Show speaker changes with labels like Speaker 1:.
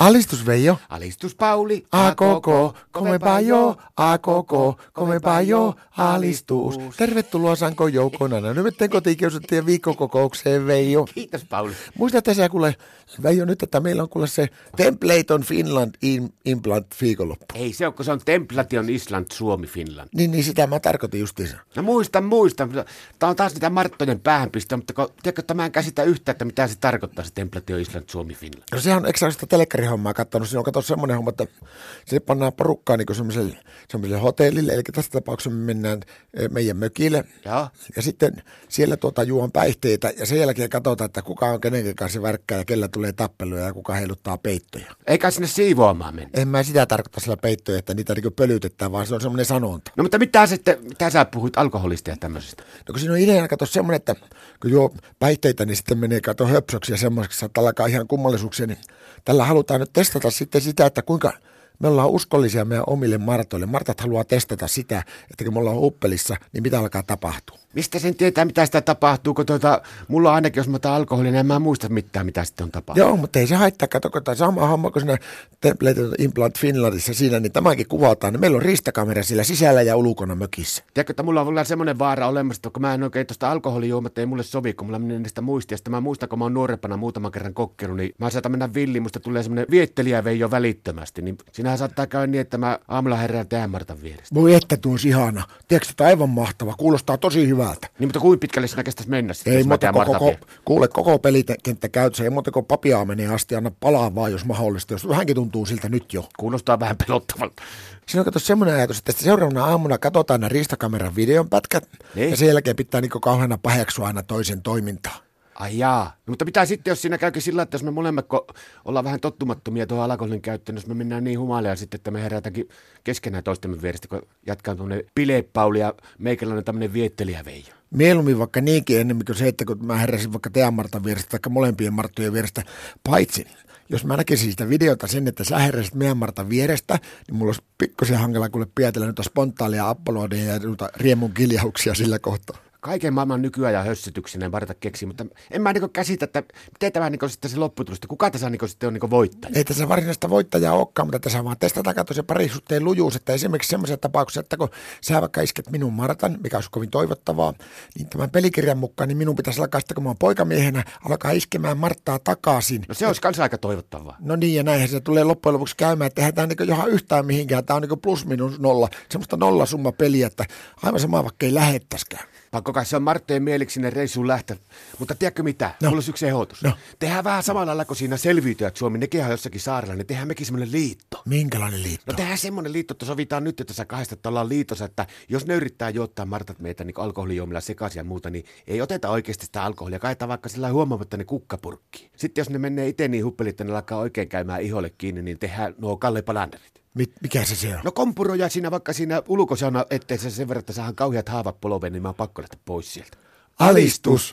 Speaker 1: Alistus Veijo.
Speaker 2: Alistus Pauli,
Speaker 1: A koko, komepaa jo, a koko, komepaa jo, alistus. Tervetuloa Sanko Joukonana. Nyt me kotikiusattiin viikkokokoukseen Veijo.
Speaker 2: Kiitos Pauli.
Speaker 1: Muista tässä kuule, Veijo nyt, että meillä on kuule se Template on Finland im- Implant viikonloppu.
Speaker 2: Ei se ole, kun se on Templation Island, Suomi, Finland.
Speaker 1: Niin, niin sitä mä tarkoitin justiinsa.
Speaker 2: No muistan, muistan. Tämä on taas niitä Marttojen päähänpistoja, mutta kun, tiedätkö, että mä en käsitä yhtään, että mitä se tarkoittaa se Templatio Island, Suomi, Finland.
Speaker 1: No sehän on, eikö sä ole sitä telekkarihommaa kattonut? Siinä on kato semmoinen homma, että se pannaan porukkaa niin semmoiselle, semmoiselle hotellille. Eli tässä tapauksessa me mennään eh, meidän mökille.
Speaker 2: Joo.
Speaker 1: Ja sitten siellä tuota juon päihteitä ja sen jälkeen katsotaan, että kuka on kenenkin kanssa värkkää ja kellä tulee tappeluja ja kuka heiluttaa peittoja.
Speaker 2: Eikä sinne siivoamaan mennä.
Speaker 1: En mä sitä tarkoita sillä peittoja, että niitä niin pölytetään, vaan se on semmoinen sanonta.
Speaker 2: No mutta mitä, sitten, mitä sä puhuit alkoholista ja tämmöisestä?
Speaker 1: No kun siinä on ideana kato semmoinen, että kun juo päihteitä, niin sitten menee kato höpsöksi ja semmoiseksi, että alkaa ihan kummallisuuksia, niin tällä halutaan nyt testata sitten sitä, että kuinka me ollaan uskollisia meidän omille Martoille. Martat haluaa testata sitä, että kun me ollaan uppelissa, niin mitä alkaa tapahtua.
Speaker 2: Mistä sen tietää, mitä sitä tapahtuu, kun tuota, mulla ainakin, jos mä otan alkoholin, niin en mä muista mitään, mitä sitten on tapahtunut.
Speaker 1: Joo, mutta ei se haittaa. Katsoko, tämä sama homma kuin siinä Template Implant Finlandissa siinä, niin tämäkin kuvataan. Niin meillä on ristakamera siellä sisällä ja ulkona mökissä.
Speaker 2: Tiedätkö, että mulla on vielä semmoinen vaara olemassa, että kun mä en oikein tuosta alkoholijuomatta ei mulle sovi, kun mulla menee niistä muistista. Mä muistan, kun mä oon nuorempana muutaman kerran kokkenut, niin mä saatan mennä villiin, musta tulee semmoinen viettelijä vei jo välittömästi. Niin sinähän saattaa käydä niin, että mä aamulla herään tähän Martan vierestä.
Speaker 1: Voi että tuo olisi ihana. Tiedätkö, että aivan mahtava. Kuulostaa tosi hyvältä.
Speaker 2: Niin, mutta kuin pitkälle sinä kestäisi mennä sitten,
Speaker 1: Ei
Speaker 2: jos mä
Speaker 1: muuta
Speaker 2: tähän
Speaker 1: kuin
Speaker 2: Martan
Speaker 1: koko,
Speaker 2: viereen?
Speaker 1: kuule, koko pelikenttä käytössä. Ei muuta kuin papiaa menee asti, anna palaa vaan, jos mahdollista. Jos hänkin tuntuu siltä nyt jo.
Speaker 2: Kuulostaa vähän pelottavalta.
Speaker 1: Siinä on kato semmoinen ajatus, että sitten seuraavana aamuna katsotaan nämä ristakameran videon pätkät.
Speaker 2: Niin.
Speaker 1: Ja sen jälkeen pitää niin kauheana paheksua aina toisen toimintaa.
Speaker 2: Ai jaa. No, mutta mitä sitten, jos siinä käykin sillä, että jos me molemmat kun ollaan vähän tottumattomia tuohon alkoholin käyttöön, jos me mennään niin humalia sitten, että me herätäänkin keskenään toistemme vierestä, kun jatkaa tuommoinen bilepauli ja meikäläinen tämmöinen viettelijä Veijo.
Speaker 1: Mieluummin vaikka niinkin ennemmin kuin se, että kun mä heräsin vaikka teidän Martan vierestä tai molempien Marttojen vierestä, paitsi jos mä näkisin sitä videota sen, että sä heräsit meidän Martan vierestä, niin mulla olisi pikkusen hankala kuule pietellä noita spontaalia apolodeja ja noita riemun kiljauksia sillä kohtaa.
Speaker 2: Kaiken maailman nykyään ja hössytyksinen varta keksi, mutta en mä niinku käsitä, että miten tämä niinku sitten se lopputulos, että kuka tässä niinku sitten on niinku voittaja.
Speaker 1: Ei tässä varsinaista voittajaa olekaan, mutta tässä vaan testataan kato se parisuhteen lujuus, että esimerkiksi semmoisessa tapauksessa, että kun sä vaikka isket minun Martan, mikä olisi kovin toivottavaa, niin tämän pelikirjan mukaan, niin minun pitäisi alkaa sitten, kun mä oon poikamiehenä, alkaa iskemään Marttaa takaisin.
Speaker 2: No se olisi kanssa aika toivottavaa.
Speaker 1: No niin, ja näinhän se tulee loppujen lopuksi käymään, että eihän tämä niin johan yhtään mihinkään, tämä on niin plus minus nolla, semmoista nollasumma peliä, että aivan sama vaikka ei lähettäskään.
Speaker 2: Pakko kai se on Marttojen mieliksi sinne reissuun lähteä. Mutta tiedätkö mitä? No. Mulla olisi yksi ehdotus.
Speaker 1: No.
Speaker 2: Tehdään vähän samalla lailla kuin siinä selviytyjät Suomi, nekin on jossakin saarella, niin tehdään mekin semmoinen liitto.
Speaker 1: Minkälainen liitto?
Speaker 2: No tehdään semmoinen liitto, että sovitaan nyt, että sä kahdesta että ollaan liitossa, että jos ne yrittää juottaa Martat meitä niin alkoholijuomilla sekaisin ja muuta, niin ei oteta oikeasti sitä alkoholia, kaetaan vaikka sillä lailla huomaamatta ne kukkapurkkiin. Sitten jos ne menee itse niin huppelit, että ne alkaa oikein käymään iholle kiinni, niin tehdään nuo Kalle Palanderit.
Speaker 1: Mit, mikä se se on?
Speaker 2: No kompuroja siinä vaikka siinä ulkosauna, ettei se sen verran, että saahan kauheat haavat poloveen, niin mä oon pakko lähteä pois sieltä.
Speaker 1: Alistus!